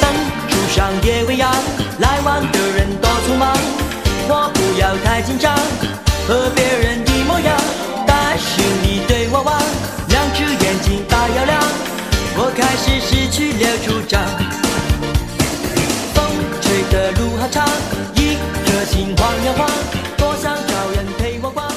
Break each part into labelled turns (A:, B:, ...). A: 灯，树上夜未央，来往的人多匆忙，我不要太紧张，和别人一模样，但是你对我望，两只眼睛大又亮，我开始失去了主张。风吹得路好长，一颗心晃呀晃，多想找人陪我逛，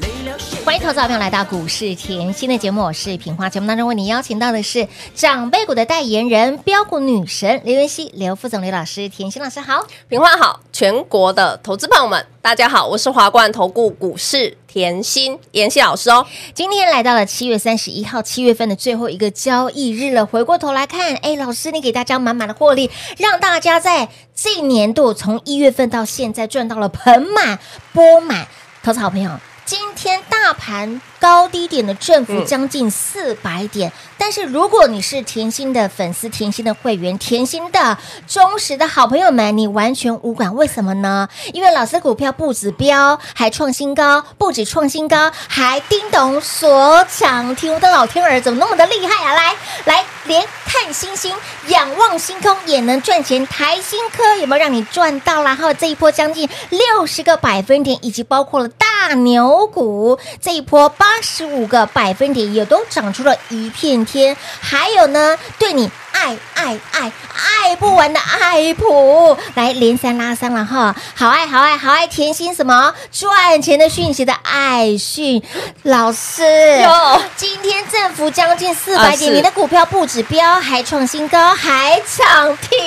A: 累了谁？
B: 欢迎投资者朋友来到股市甜心的节目，我是品花。节目当中为你邀请到的是长辈股的代言人标股女神刘元熙、刘副总、刘老师、甜心老师好。
C: 平话好，全国的投资朋友们，大家好，我是华冠投顾股市甜心妍希老师哦。
B: 今天来到了七月三十一号，七月份的最后一个交易日了。回过头来看，哎，老师，你给大家满满的获利，让大家在这年度从一月份到现在赚到了盆满钵满。投资好朋友，今天大盘高低点的振幅将近四百点，但是如果你是甜心的粉丝、甜心的会员、甜心的忠实的好朋友们，你完全无感，为什么呢？因为老师股票不止标，还创新高，不止创新高，还叮咚所涨停。我的老天儿，怎么那么的厉害啊？来来，连看星星、仰望星空也能赚钱，台新科有没有让你赚到啦？还有这一波将近六十个百分点，以及包括了大牛股这一波八十五个百分点，也都涨出了一片天。还有呢，对你爱爱爱爱不完的爱普，来连三拉三了哈，好爱好爱好爱甜心什么赚钱的讯息的爱讯老师
C: 哟
B: 啊今天振幅将近四
C: 啊
B: 百点，
C: 是
B: 你的股票不止标，还创新高，还涨停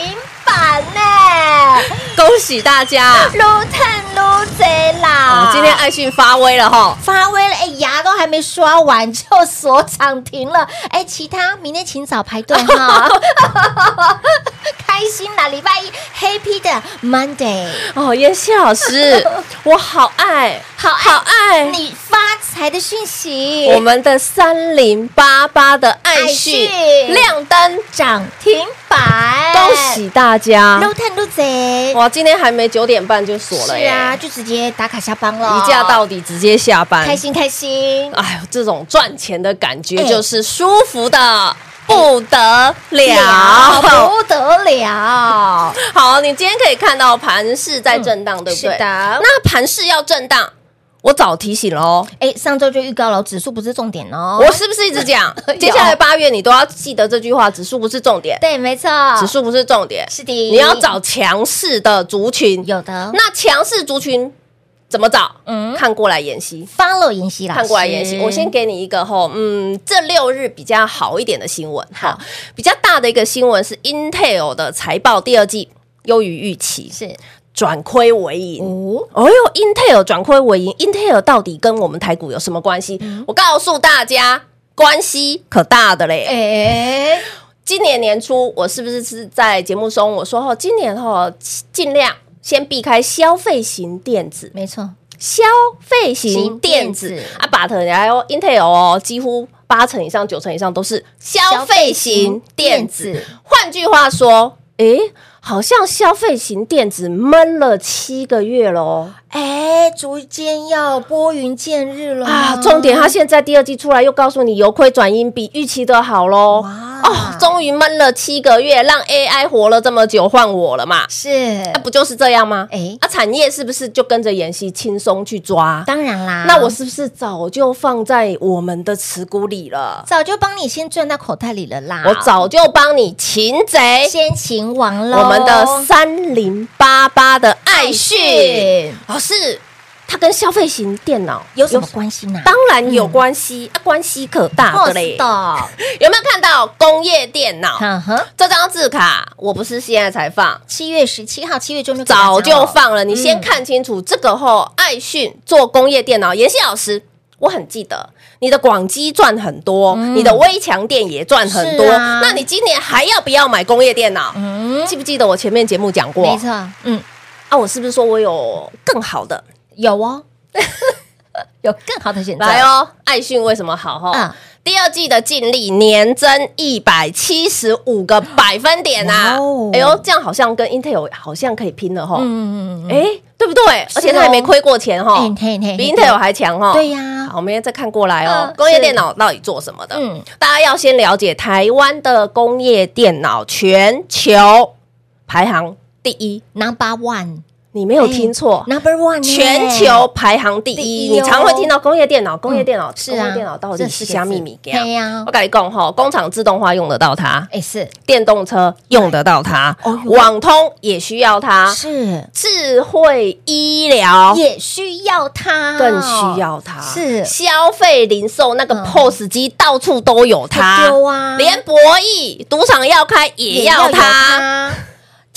B: 板 呢，
C: 恭喜大 家，
B: 撸碳撸贼啦！
C: 啊、今天爱讯发威 了哈。
B: 发威了，哎，牙都还没刷完就锁涨停了，哎，其他明天请早排队 哈，开心啦，礼拜一 Happy 的 Monday，
C: 哦，妍希 老师，我好爱，
B: 好爱
C: 好爱
B: 哎你发财的讯息，
C: 我们的三零八八的爱讯
B: 爱讯
C: 亮灯，
B: 涨停板，
C: 恭喜啊大家。
B: 撸碳撸贼。
C: 哇，今天还没九点半就锁了
B: 是
C: 耶，
B: 啊，就直接打卡下班了，
C: 一价到底，直接下班，
B: 开心开心。
C: 哎呦，这种赚钱的感觉
B: 哎
C: 就是舒服的不得了。
B: 啊不得了，
C: 好，你今天可以看到盘势在震荡， 对不对？
B: 嗯是的
C: 那盘势要震荡，我早提醒喽。
B: 哎，上周就预告了，指数不是重点哦。
C: 我是不是一直讲
B: 有？
C: 接下来八月你都要记得这句话：指数不是重点，
B: 对，啊没错，
C: 指数不是重点，
B: 是的，
C: 你要找强势的族群。
B: 有的
C: 那强势族群怎么找？
B: 嗯
C: 看过来演习。
B: follow 妍希老师，
C: 看过来演习，我先给你一个吼，嗯，这六日比较好一点的新闻，哈，比较大的一个新闻是 Intel 的财报第二季优于预期，
B: 是
C: 转亏为盈。
B: 五
C: 哦哟，Intel 转亏为盈，Intel 到底跟我们台股有什么关系？
B: 嗯
C: 我告诉大家，关系可大的嘞。
B: 哎，
C: 今年年初，我是不是是在节目中我说吼，今年吼尽量先避开消费型电子，
B: 没错，
C: 消费型电子
B: 型电子
C: 啊，把特然后 Intel 哦，几乎八成以上、九成以上都是消费型电
B: 消费
C: 子
B: 型电子。
C: 换句话说，诶，好像消费型电子闷了七个月喽
B: 哎，逐渐要拨云见日了
C: 啊！重点，它现在第二季出来又告诉你由亏转盈，比预期的好喽。
B: 哇
C: 哦，终于闷了七个月，让 AI 活了这么久，换我了嘛？
B: 是
C: 那、啊不就是这样吗？
B: 哎
C: 啊，产业是不是就跟着妍希轻松去抓？
B: 当然啦，
C: 那我是不是早就放在我们的持股里了？
B: 早就帮你先赚到口袋里了啦，
C: 我早就帮你擒贼，
B: 先擒王喽，
C: 我们的三零八八的爱
B: 是
C: 讯，老师，它跟消费型电脑
B: 有什么关系呢？
C: 当然有关系、啊，关系可大的嘞。
B: 哦的，
C: 有没有看到工业电脑
B: 嗯哼，
C: 这张字卡？我不是现在才放，
B: 七月十七号、七月中就给大家
C: 早就
B: 了
C: 放了。你先
B: 嗯
C: 看清楚这个后，爱讯做工业电脑，妍希老师。我很记得你的广基赚很多，你的微强电也赚很多，
B: 嗯是啊
C: 那你今年还要不要买工业电脑？
B: 嗯，
C: 记不记得我前面节目讲过？
B: 没错，嗯，
C: 啊，我是不是说我有更好的？
B: 有哦， 有更好的选择，
C: 来，哦，爱讯为什么好哈？
B: 嗯
C: 第二季的净利年增一百七十五个百分点啊！
B: 哇哦
C: 哎呦，这样好像跟 Intel 好像可以拼了哈！
B: 嗯嗯嗯嗯，
C: 哎、对不对？而且它也没亏过钱哈
B: 哎，嘿嘿，
C: 比
B: 嘿
C: Intel 还强哈！
B: 对呀
C: 好，我们现在再看过来哦
B: 嗯，
C: 工业
B: 是
C: 电脑到底做什么的？
B: 嗯，
C: 大家要先了解台湾的工业电脑全球排行第一，
B: ，Number One，哎
C: 你没有听错，
B: ，Number One，呢
C: 全球排行第
B: 第
C: 一，
B: 一哦
C: 你常会听到工业电脑，工业电脑，
B: 是
C: 工
B: 啊
C: 业电脑到底
B: 这
C: 是
B: 四个
C: 虾米
B: 字
C: 米
B: 嘿呀
C: 我跟你讲吼，工厂自动化用得到它，
B: 哎是
C: 电动车用得到它
B: 哦，哟
C: 网通也需要它，
B: 是，
C: 智慧医疗。
B: 也需要它，
C: 更需要它，
B: 哦是
C: 消费零售那个
B: 嗯
C: POS 机到处都有它
B: 哎，对啊
C: 连博弈赌场要开也要
B: 有
C: 它，
B: 它。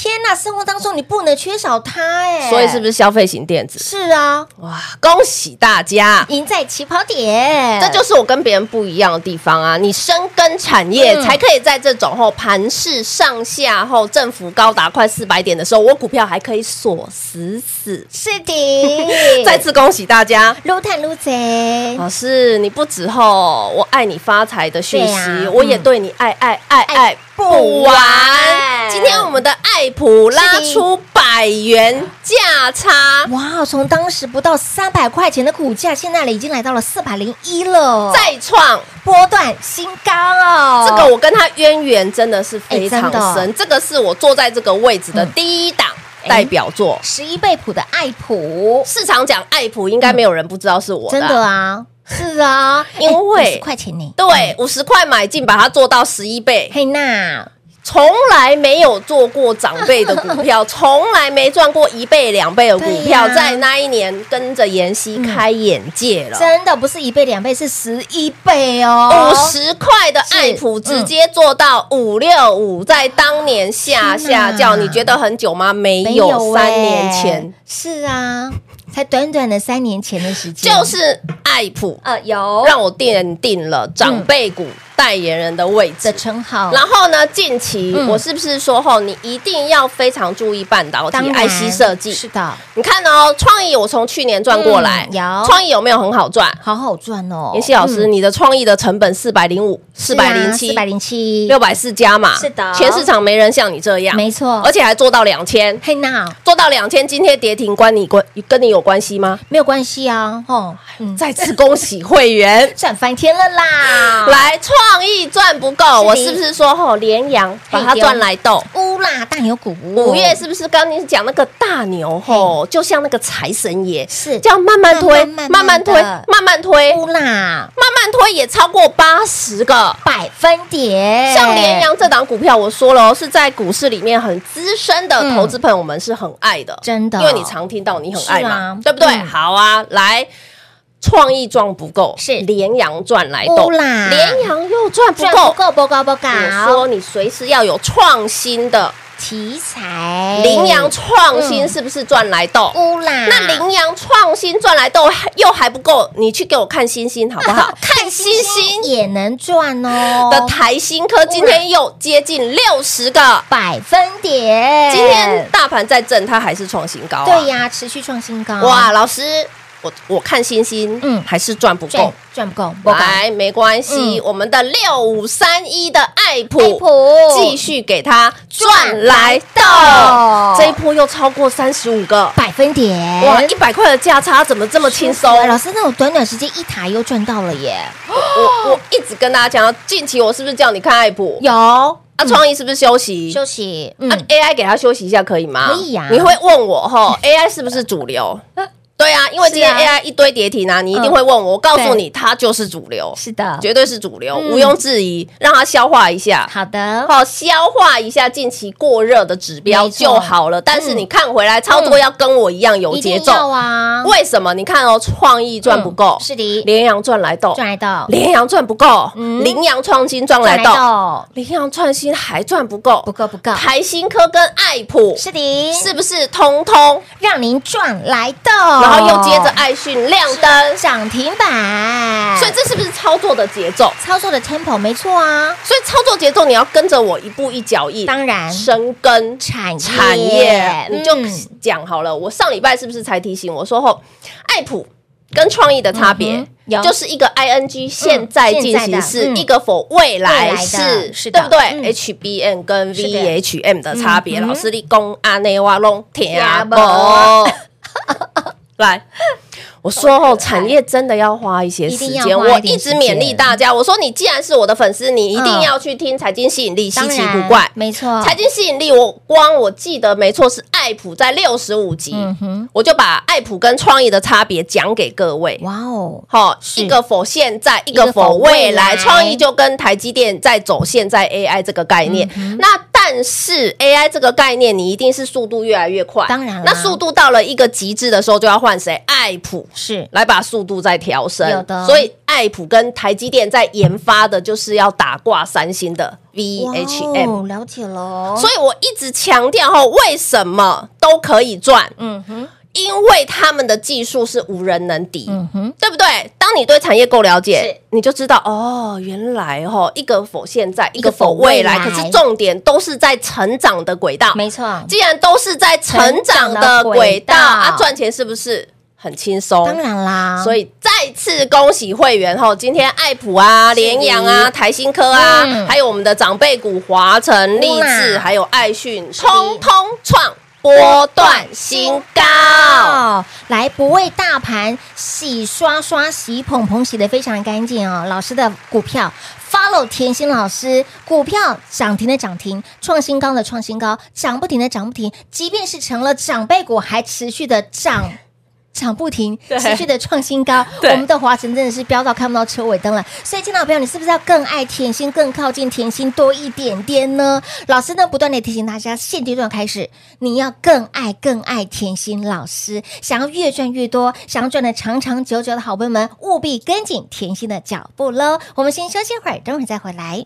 B: 天呐，生活当中你不能缺少它哎，
C: 所以是不是消费型电子？
B: 是啊，
C: 哇，恭喜大家！
B: 赢在起跑点，
C: 这就是我跟别人不一样的地方啊！你深耕产业，
B: 嗯
C: 才可以在这种后盘市上下后振幅高达快四百点的时候，我股票还可以锁死死。，
B: 是的
C: 再次恭喜大家！
B: 撸探撸贼，
C: 老师，你不止吼我爱你发财的讯息，
B: 对啊
C: 我也对你爱爱爱爱不完。
B: 爱
C: 今天我们的爱普拉
B: 是的
C: 出百元价差，
B: 哇，从当时不到三百块钱的股价，现在呢已经来到了四百零一了，
C: 再创
B: 波段新高哦。
C: 这个我跟他渊源真的是非
B: 哎
C: 常
B: 真的嗯
C: 深，这个是我坐在这个位置的第一档
B: 哎
C: 代表作。
B: 十一倍谱的爱普，
C: 市场讲爱普，应该没有人不知道是我
B: 真的。啊，是啊，
C: 因为
B: 十块钱呢，
C: 对，五十块买进，把它做到十一倍，
B: 嘿娜，
C: 从来没有做过长辈的股 票，从来没赚过一倍、两倍的股票，
B: 对呀啊
C: 在那一年跟着妍希开眼界了。
B: 真的不是一倍两倍，是十一倍哦，
C: 五十块的爱普直接做到五六五，在当年下下
B: 天哪
C: 叫，你觉得很久吗？没
B: 没
C: 有，三
B: 欸
C: 年前
B: 是啊，才短短的三年前的时间，
C: 就是爱普
B: 呃有
C: 让我奠定了长辈股代言人的位置
B: 的。称号，
C: 然后呢，近期
B: 嗯
C: 我是不是说吼，你一定要非常注意半导体
B: 当然
C: IC 设计？
B: 是的，
C: 你看哦，创意我从去年赚过来，
B: 嗯有
C: 创意有没有很好赚？
B: 好好赚哦，啊
C: 妍希老师，你的创意的成本四百零五、四百零七
B: 四、百零七，
C: 六百四加嘛，
B: 是的
C: 全市场没人像你这样，
B: 没错
C: 而且还做到两千，
B: 嘿娜。
C: 做到两千，今天跌停关你关跟你有关系吗？
B: 没有关系啊，吼，嗯，，
C: 再次恭喜会员
B: 赚翻天了啦，
C: 来创意赚不够，
B: 啊的
C: 我是不是说吼连阳把它
B: 嘿对哦
C: 赚来斗？
B: 乌啦大牛股，
C: 五月是不是刚你讲那个大牛吼，就像那个财神爷，
B: 是
C: 这样慢慢推，
B: 慢慢
C: 慢慢推，
B: 慢慢地
C: 慢慢推，
B: 乌啦
C: 慢慢推也超过八十个。
B: 百分点，
C: 像联阳这档股票，我说了哦，是在股市里面很资深的
B: 嗯
C: 投资朋友们是很爱的，
B: 真的
C: 因为你常听到你很爱嘛，
B: 是啊
C: 对不对？
B: 嗯
C: 好啊，来。创意赚不够，
B: 是
C: 联阳赚来斗，
B: 乌啦
C: 联阳又赚不
B: 赚
C: 够
B: 不。够，不够不够，
C: 我说你随时要有创新的，
B: 题材，
C: 羚羊创新
B: 嗯
C: 是不是赚来斗？
B: 哎乌啦，
C: 那羚羊创新赚来斗还又还不够，你去给我看星星好不 好？ 看星星
B: 也能赚哦，
C: 的台新科今天又接近六十个，
B: 百分点，
C: 今天大盘在震，它还是创新高、啊。
B: 哎对、呀，持续创新高，
C: 哇，，老师，我我看星星，嗯，
B: 嗯
C: 还是赚不
B: 赚
C: 够。
B: 赚不够，不够，
C: 来，没关系，
B: 嗯
C: 我们的六五三一的爱普。
B: 佩普
C: 继续给它赚来
B: 哦
C: 到，这一波又超过三十五个，
B: 百分点，
C: 哇，一百块的价差怎么这么轻松？
B: 哎啊老师那种短短时间一台又赚到了耶，
C: 我我一直跟大家讲，近期我是不是叫你看爱普？
B: 有
C: 啊，创意是不是休息？
B: 嗯休息，
C: 啊
B: 嗯，
C: ，AI 给它休息一下可以吗？
B: 可以呀 呃
C: 你会问我吼，AI 是不是主流？对啊，因为今天
B: 是啊
C: AI 一堆跌停啊，你一定会问我，我告诉你，它就是主流，
B: 是的，
C: 绝对是主流，
B: 嗯
C: 毋庸置疑，让它消化一下。
B: 好的，
C: 好，消化一下近期过热的指标
B: 没错
C: 就好了。但是
B: 嗯
C: 你看回来操作要跟我一样有
B: 一
C: 节
B: 定要
C: 奏，
B: 啊，
C: 为什么？你看哦，创意赚不够
B: 嗯，是的，
C: 联阳赚来豆，
B: 赚来到，
C: 联阳赚不够，
B: 嗯
C: 羚羊创新赚来豆，
B: 到，
C: 羚羊创新还赚不够
B: 不，够不够，
C: 台新科跟爱普
B: 是的，
C: 是不是通通？
B: 让您赚来到，
C: 然后又接
B: 啊
C: 着爱讯亮灯，
B: 涨停板，
C: 所以这是不是操作的节奏？
B: 操作的 tempo 没错啊，
C: 所以操作节奏你要跟着我一步一脚印，
B: 当然
C: 深耕
B: 产业
C: 产业，你就
B: 嗯
C: 讲好了。我上礼拜是不是才提醒我说后，爱普跟创意的差别
B: 嗯哼？有嗯
C: 就是一个 ing 现在进行
B: 现在
C: 式
B: 的，嗯
C: 一个否未
B: 未来
C: 来
B: 的
C: 式，
B: 是的
C: 对不对
B: 嗯
C: ？HBM 跟
B: 是的
C: VHM 的差别，
B: 嗯哼
C: 老师立啊功阿内瓦隆天
B: 听
C: 不
B: 不？
C: 来，我说哦，产业真的要花一些时
B: 一定
C: 间。
B: 要花
C: 我
B: 一点
C: 一
B: 时
C: 直
B: 间
C: 勉励大家，我说你既然是我的粉丝，你一
B: 嗯
C: 定要去听《财经吸引力》，稀
B: 当
C: 奇
B: 然
C: 古怪。
B: 没错，
C: 财经吸引力，我光我记得没错是爱普在六十五集，
B: 嗯哼，
C: 我就把爱普跟创意的差别讲给各位。
B: 哇哦，
C: 好，
B: 是
C: 一个否现在，一
B: 个
C: 个否未
B: 否未来
C: 来。创意就跟台积电在走现在 AI 这个概念。
B: 嗯
C: 那但是 AI 这个概念，你一定是速度越来越快。
B: 当然啦
C: 那速度到了一个极致的时候，就要换谁？爱普。
B: 是
C: 来把速度再调升，
B: 有的
C: 所以爱普跟台积电在研发的就是要打挂三星的 VHM，、
B: 哇哦了解喽，
C: E 所以我一直强调后，为什么都可以赚？
B: 嗯哼，
C: 因为他们的技术是无人能敌，
B: 嗯哼，
C: 对不对？当你对产业够了
B: 是
C: 解，你就知道哦，原来哦，一个否现在，
B: 一
C: 一
B: 个
C: 个
B: 否
C: 否未
B: 未
C: 来，
B: 来
C: 可是重点都是在成长的轨道。
B: 没错，
C: 既然都是在成长的轨
B: 成长的轨道
C: 道啊，赚钱是不是很轻松？
B: 当然啦，
C: 所以再次恭喜会员吼，今天爱普啊、
B: 是的
C: 联阳啊、台新科啊，
B: 嗯
C: 还有我们的长辈股华晨、励志，还有爱
B: 嗯
C: 讯，通通创波段新高。
B: 哦，来不为大盘洗刷刷、洗捧捧、洗的非常干净哦。老师的股票 follow 甜心老师，股票涨停的涨停，创新高的创新高，涨不停的涨不停，即便是成了长辈股，还持续的涨。涨不停，
C: 对
B: 持续的创新高，
C: 对
B: 我们的华晨真的是飙到看不到车尾灯了。所以，亲老朋友，你是不是要更爱甜心，更靠近甜心多一点点呢？老师呢，不断的提醒大家，现阶段开始，你要更爱、更爱甜心老师，想要越赚越多，想要赚的长长久久的好朋友们，务必跟紧甜心的脚步喽。我们先休息会儿，等会儿再回来。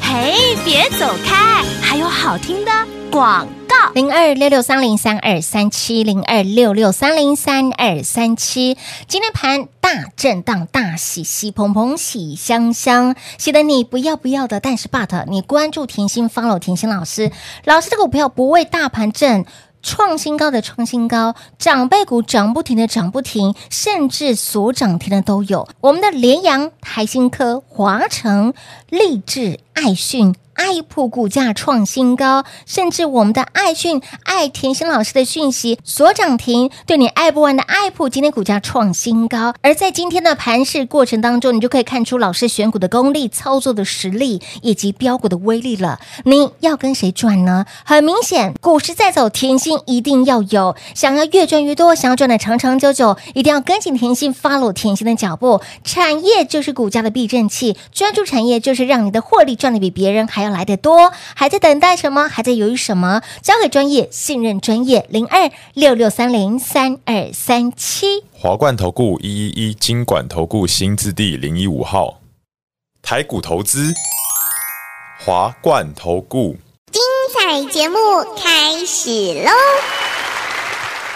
D: 嘿，别走开，还有好听的广告。
B: 零二六六三零三二三七零二六六三零三二三七。今天盘大震荡，大喜喜蓬蓬，喜香香，喜得你不要不要的。但是 but 你关注甜心，follow 甜心老师，老师的股票不为大盘震。创新高的创新高，长辈股涨不停的涨不停，甚至所涨停的都有。我们的联阳、台新科、华城、励志、爱讯。爱普股价创新高，甚至我们的爱讯、爱甜心老师的讯息所涨停，对你爱不完的爱普今天股价创新高。而在今天的盘市过程当中，你就可以看出老师选股的功力、操作的实力以及标股的威力了。你要跟谁赚呢？很明显，股市在走，甜心一定要有。想要越赚越多，想要赚的长长久久，一定要跟紧甜心，follow 甜心的脚步。产业就是股价的避震器，专注产业就是让你的获利赚的比别人还要来得多。还在等待什么？还在犹豫什么？交给专业，信任专业，零二六六三零三二三七。
E: 华冠投顾一一一金管投顾新字第零一五号，台股投资，华冠投顾。
F: 彩节目开始喽！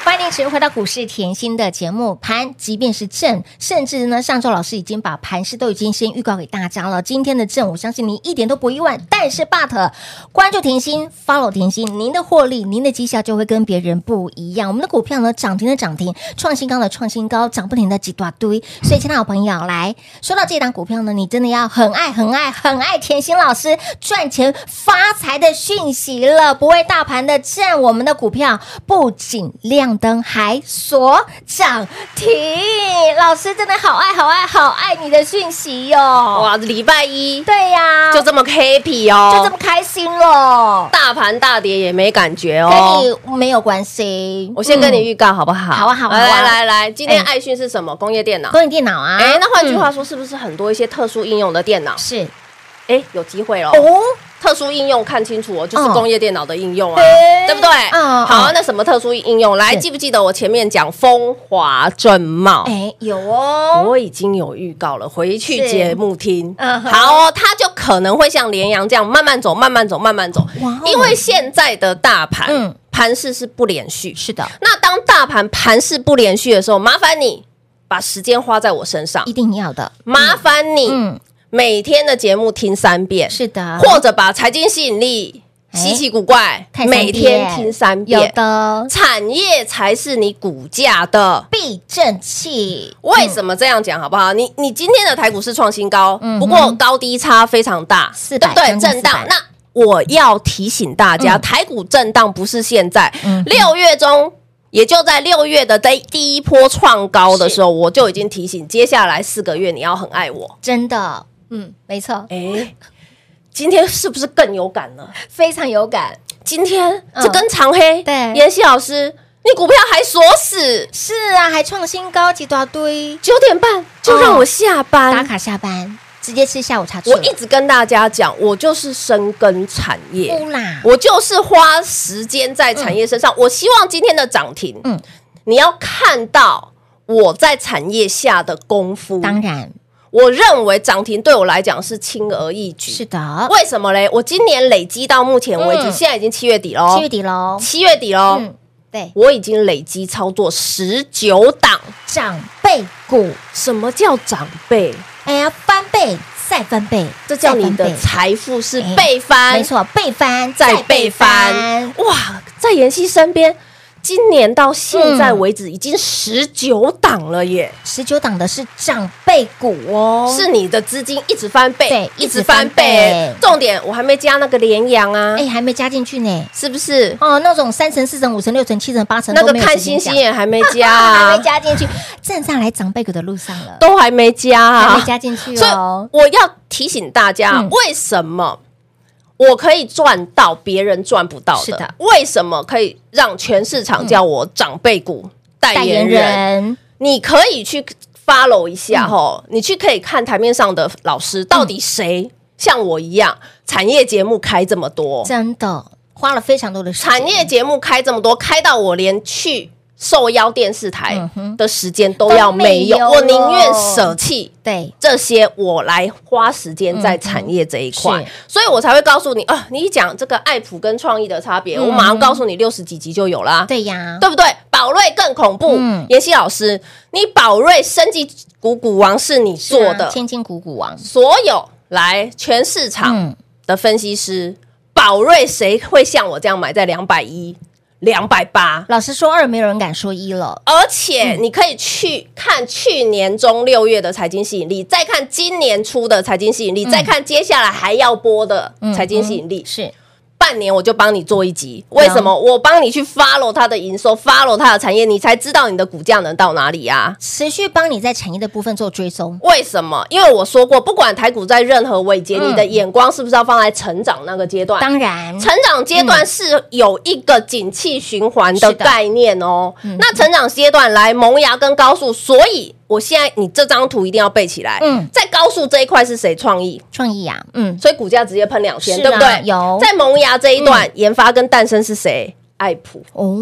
B: 欢迎持续回到股市甜心的节目盘，即便是正，甚至呢，上周老师已经把盘势都已经先预告给大家了。今天的正，我相信您一点都不意外。但是，but 关注甜心，follow 甜心，您的获利，您的绩效就会跟别人不一样。我们的股票呢，涨停的涨停，创新高的创新高，涨不停的几大堆。所以，亲爱的朋友，来说到这档股票呢，你真的要很爱、很爱、很爱甜心老师赚钱发财的讯息了，不为大盘的震，我们的股票不仅亮。亮灯还锁涨停。老师真的好爱好爱好爱你的讯息哟、
C: 哇，礼拜一
B: 对呀、
C: 就这么 happy 哦，
B: 就这么开心喽，
C: 大盘大跌也没感觉
B: 跟
C: 哦。
B: 你没有关系。
C: 我先跟你
B: 嗯
C: 预告好不好？
B: 好啊好啊
C: 来
B: 好啊
C: 来来来，今天
B: 哎
C: 爱讯是什么？工业电脑。
B: 工你电脑啊，
C: 哎，那换句
B: 嗯
C: 话说，是不是很多一些特殊应用的电脑？
B: 是
C: 哎，有机会喽。
B: 哦，
C: 特殊应用看清楚哦，就是
B: 嗯
C: 工业电脑的应用啊，
B: 哎
C: 对不对？
B: 嗯
C: 好
B: 嗯，
C: 那什么特殊应用？来，
B: 是
C: 记不记得我前面讲风华正茂？
B: 哎有哦，
C: 我已经有预告了，回去
B: 是
C: 节目听。
B: 嗯哼
C: 好、哦，它就可能会像连阳这样慢慢走，慢慢走，慢慢走
B: 哇哦。
C: 因为现在的大盘、
B: 嗯
C: 盘势是不连续。
B: 是的，
C: 那当大盘盘势不连续的时候，麻烦你把时间花在我身上
B: 一，定要的，
C: 麻烦你、
B: 嗯，
C: 每天的节目听三遍，
B: 是的，
C: 或者把财经吸引力、
B: 哎
C: 稀奇古怪
B: 看三遍
C: 每天听三
B: 哎有
C: 遍。
B: 的
C: 产业才是你股价的
B: 避震器，
C: 为什么这样讲好不好？你你今天的台股是创新高，
B: 嗯哼
C: 不过高低差非常大，
B: 400
C: 对不对？
B: 将近
C: 震荡
B: 400。
C: 那我要提醒大家，
B: 嗯
C: 台股震荡不是现在
B: 嗯哼，
C: 六、月中。也就在六月的第第一波创高的时候，我就已经提醒，接下来四个月你要很爱我。
B: 真的，嗯，没错，
C: 哎，今天是不是更有感了？
B: 非常有感，
C: 今天
B: 嗯
C: 这根长黑，
B: 对
C: 妍希老师，你股票还锁死，
B: 是啊，还创新高，几大堆，
C: 九点半就让我下班，
B: 嗯打卡下班，直接吃下午茶去了，
C: 嗯我一直跟大家讲，我就是深耕产业，
B: 不啦，
C: 我就是花时间在产业身上。我希望今天的涨停，
B: 嗯
C: 你要看到我在产业下的功夫。
B: 当，然
C: 我认为涨停对我来讲是轻而易举。
B: 是的，
C: 为什么嘞？我今年累积到目前为止，
B: 嗯
C: 现在已经七月底喽，
B: 七月底喽，
C: 七月底喽，
B: 嗯，对，
C: 我已经累积操作十九档。
B: 长辈股，
C: 什么叫长辈？
B: 哎呀，翻倍再翻倍，
C: 这叫你
B: 再
C: 的
B: 翻倍
C: 财富是
B: 哎
C: 倍翻，
B: 没错，倍翻
C: 再倍翻，，哇，在妍希身边，今年到现在为止已经十九档了耶，
B: 十九档的是长辈股哦，
C: 是你的资金一直翻倍，
B: 对
C: 一
B: 一
C: 直
B: 直翻
C: 翻倍
B: 倍。
C: 重点我还没加那个联阳啊，
B: 哎，还没加进去呢。
C: 是不是？
B: 哦，那种三层、四层、五层、六层、七层、八层，
C: 那个
B: 都没有
C: 看
B: 时间
C: 星星
B: 讲
C: 也还没加
B: 还
C: 啊
B: 没，加进去，正上来长辈股的路上了，
C: 都还没加
B: 还没
C: 啊，
B: 加进去
C: 所以
B: 哦。
C: 我要提醒大家，
B: 嗯
C: 为什么？我可以赚到别人赚不到的，
B: 是的
C: 为什么可以让全市场叫我长辈股代言人？嗯
B: 人
C: 你可以去 follow 一下哈、你去可以看台面上的老师到底谁、像我一样，产业节目开这么多，
B: 真的花了非常多的时间
C: 产业节目开这么多，开到我连去受邀电视台
B: 嗯哼
C: 的时间都要没有，
B: 都没有
C: 我宁愿舍弃。
B: 对
C: 这些我来花时间在产业这一块，
B: 嗯是
C: 所以我才会告诉你啊，你一讲这个爱普跟创意的差别，
B: 嗯
C: 我马上告诉你六十几集就有啦。
B: 对呀，
C: 对不对？宝瑞更恐怖
B: 嗯。
C: 妍希老师，你宝瑞升级股股王是你做
B: 是啊
C: 的，
B: 千金股股王，
C: 所有来全市场
B: 嗯，
C: 的分析师，宝瑞谁会像我这样买在两百一、两百八？
B: 老实说二没有人敢说一了，
C: 而
B: 嗯
C: 且你可以去看去年中六月的财经吸引力，再看今年初的财经吸引力，再看接下来还要播的
B: 嗯
C: 财经吸引力，
B: 是
C: 半年我就帮你做一集，为什么？我帮你去 follow 它的营收，follow 它的产业，你才知道你的股价能到哪里啊？
B: 持续帮你在产业的部分做追踪，
C: 为什么？因为我说过，不管台股在任何位阶，
B: 嗯
C: 你的眼光是不是要放在成长那个阶段？
B: 当然
C: 成长阶段是有一个景气循环的
B: 是的
C: 概念哦。
B: 嗯
C: 那成长阶段来萌芽跟高速，所以我现在你这张图一定要背起来。
B: 嗯
C: 在高速这一块是谁创意？
B: 创意呀，嗯，
C: 所以股价直接喷两千，
B: 是啊
C: 对不对？
B: 有嗯
C: 在萌芽这一段，研发跟诞生是谁？爱普。
B: 哦，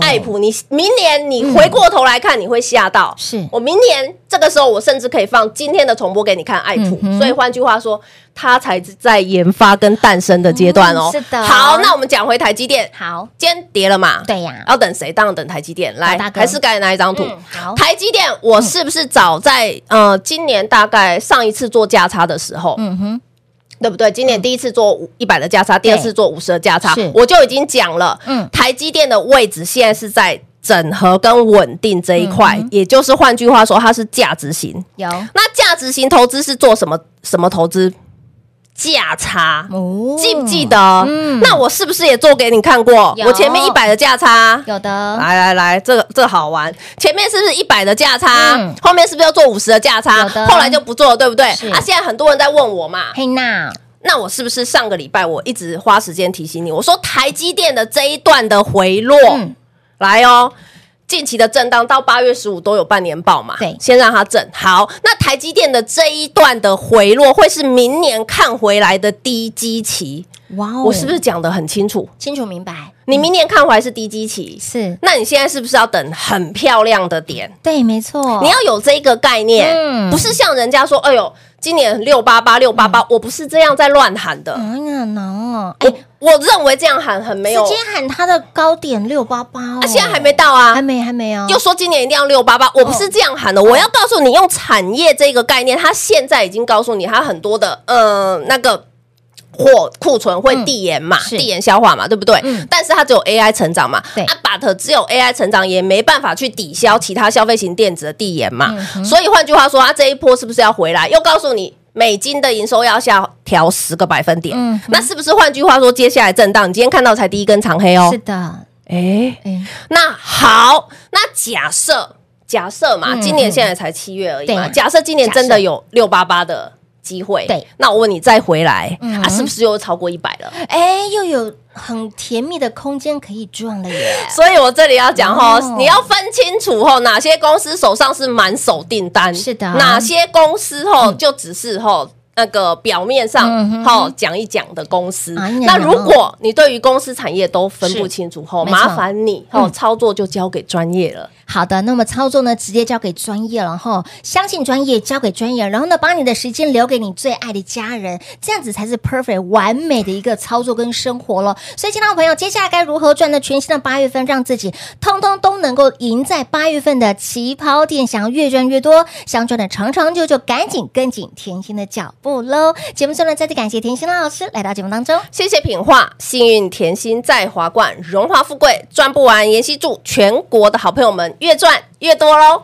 C: 爱普，你明年你回过头来看，你会吓到。
B: 嗯是
C: 我明年这个时候，我甚至可以放今天的重播给你看爱普
B: 嗯哼。
C: 所以换句话说，它才是在研发跟诞生的阶段哦
B: 嗯。是的
C: 好，那我们讲回台积电，
B: 好，
C: 今天跌了嘛？
B: 对呀
C: 要等谁？当然等台积电。来
B: 老大，哥
C: 还是刚才那一张图。
B: 嗯，好，
C: 台积电，我是不是早在呃今年大概上一次做价差的时候，
B: 嗯哼，
C: 对不对？今
B: 嗯
C: 年第一次做一百的价差，第二次做五十的价差
B: 是，
C: 我就已经讲了，
B: 嗯
C: 台积电的位置现在是在整合跟稳定这一块，
B: 嗯
C: 也就是换句话说，它是价值型。
B: 有
C: 那价值型投资是做什么？什么投资？价差。
B: 哦
C: 记不记得？
B: 嗯
C: 那我是不是也做给你看过？
B: 有
C: 我前面一百的价差，
B: 有的，
C: 来来来，这个这个好玩。前面是不是一百的价差？
B: 嗯
C: 后面是不是要做五十的价差
B: 有的？
C: 后来就不做了，对不对？
B: 是
C: 啊，现在很多人在问我嘛，
B: 嘿娜，
C: 那我是不是上个礼拜我一直花时间提醒你？我说台积电的这一段的回落，
B: 嗯
C: 来哦。近期的震荡到八月十五都有半年报嘛，
B: 对
C: 先让它震好。那台积电的这一段的回落会是明年看回来的低基期，
B: 哇哦，
C: 我是不是讲得很清楚？
B: 清楚明白？
C: 你明年看回来是低基期，
B: 是
C: 那你现在是不是要等很漂亮的点？
B: 对，没错，
C: 你要有这个概念，
B: 哦嗯嗯
C: 不是像人家说，哎呦，今年六八八六八八，我不是这样在乱喊的，
B: 哎呀能哦，哎，
C: 我我认为这样喊很没有，
B: 直接喊他的高点六八八哦，
C: 啊，现在还没到啊
B: 还。没还没哦，
C: 又说今年一定要六八
B: 嗯
C: 八，我不是这样喊的，我要告诉你，用哦产业这个概念，它现在已经告诉你，它很多的呃那个货库存会递延嘛，
B: 嗯是
C: 递延消化嘛，对不对？
B: 嗯
C: 但是它只有 AI 成长嘛，
B: 对
C: 啊，but 只有 AI 成长也没办法去抵消其他消费型电子的递延嘛，
B: 嗯哼
C: 所以换句话说，它啊这一波是不是要回来？又告诉你。美金的营收要下调十个百分点，
B: 嗯哼
C: 那是不是换句话说，接下来震荡？你今天看到才第一根长黑哦
B: 是，的，
C: 哎、
B: 哎，
C: 那好，那假设假设嘛，
B: 嗯
C: 今年现在才七月而已嘛，
B: 对
C: 假设今年
B: 假
C: 真
B: 设
C: 的有六八八的机会，
B: 对，
C: 那我问你再回来、
B: 嗯
C: 啊，是不是又超过一百了？
B: 哎，又有很甜蜜的空间可以赚了耶，
C: 所以我这里要讲哦
B: 哦，
C: 你要分清楚哦，哪些公司手上是满手订单，
B: 是的
C: 哪些公司哦就只是哦。那个表面上
B: 嗯哼
C: 哦讲一讲的公司
B: 哎呀，呀
C: 那如果你对于公司产业都分不
B: 是
C: 清楚后，
B: 没错
C: 麻烦你哦
B: 嗯
C: 操作就交给专业了。
B: 好的，那么操作呢，直接交给专业了哈，相信专业，交给专业，然后呢，把你的时间留给你最爱的家人，这样子才是 perfect 完美的一个操作跟生活了。所以，亲爱的朋友，接下来该如何赚到全新的八月份，让自己通通都能够赢在八月份的起跑点？想要越赚越多，想赚的长长久久，赶紧跟紧甜心的脚步喽！节目最后呢，再次感谢甜心老师来到节目当中。
C: 谢谢品画，幸运甜心在华冠，荣华富贵赚不完。妍希祝全国的好朋友们越赚越多喽！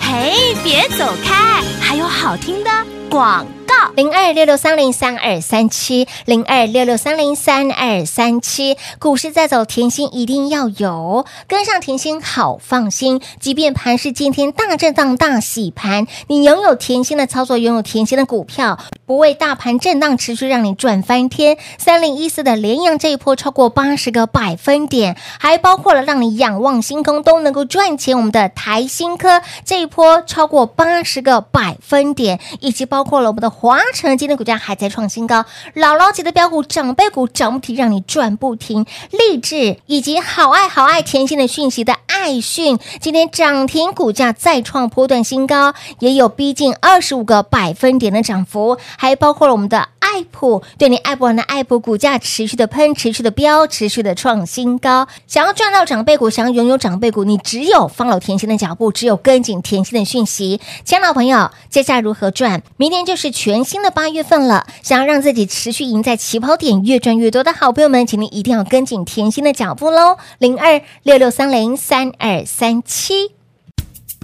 D: 嘿，别走开，还有好听的广告。
B: 零二六六三零三二三七，零二六六三零三二三七。股市在走，甜心一定要有，跟上甜心好放心。即便盘是今天大震荡、大洗盘，你拥有甜心的操作，拥有甜心的股票，不为大盘震荡持续让你赚翻天。三零一四的联阳这一波超过八十个百分点，还包括了让你仰望星空都能够赚钱。我们的台新科这一波超过八十个百分点，以及包括了我们的华晨，今天股价还在创新高。姥姥级的标股、长辈股涨不停，让你赚不停。励志以及好爱好爱甜心的讯息的爱讯，今天涨停股价再创波段新高，也有逼近二十五个百分点的涨幅，还包括了我们的爱普，对你爱不完的爱普股价持续的喷，持续的飙，持续的创新高。想要赚到长辈股，想要拥有长辈股，你只有 follow 甜心的脚步，只有跟紧甜心的讯息。亲爱的朋友，接下来如何赚？明天就是全新的八月份了，想要让自己持续赢在起跑点，越赚越多的好朋友们，请你一定要跟紧甜心的脚步喽！零二六六三零三二三七。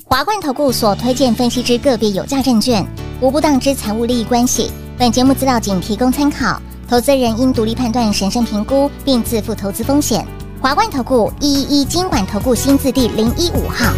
F: 华冠投顾所推荐分析之个别有价证券，无不当之财务利益关系。本节目资料仅提供参考，投资人应独立判断、审慎评估，并自负投资风险。华冠投顾一一一金管投顾新字第零一五号。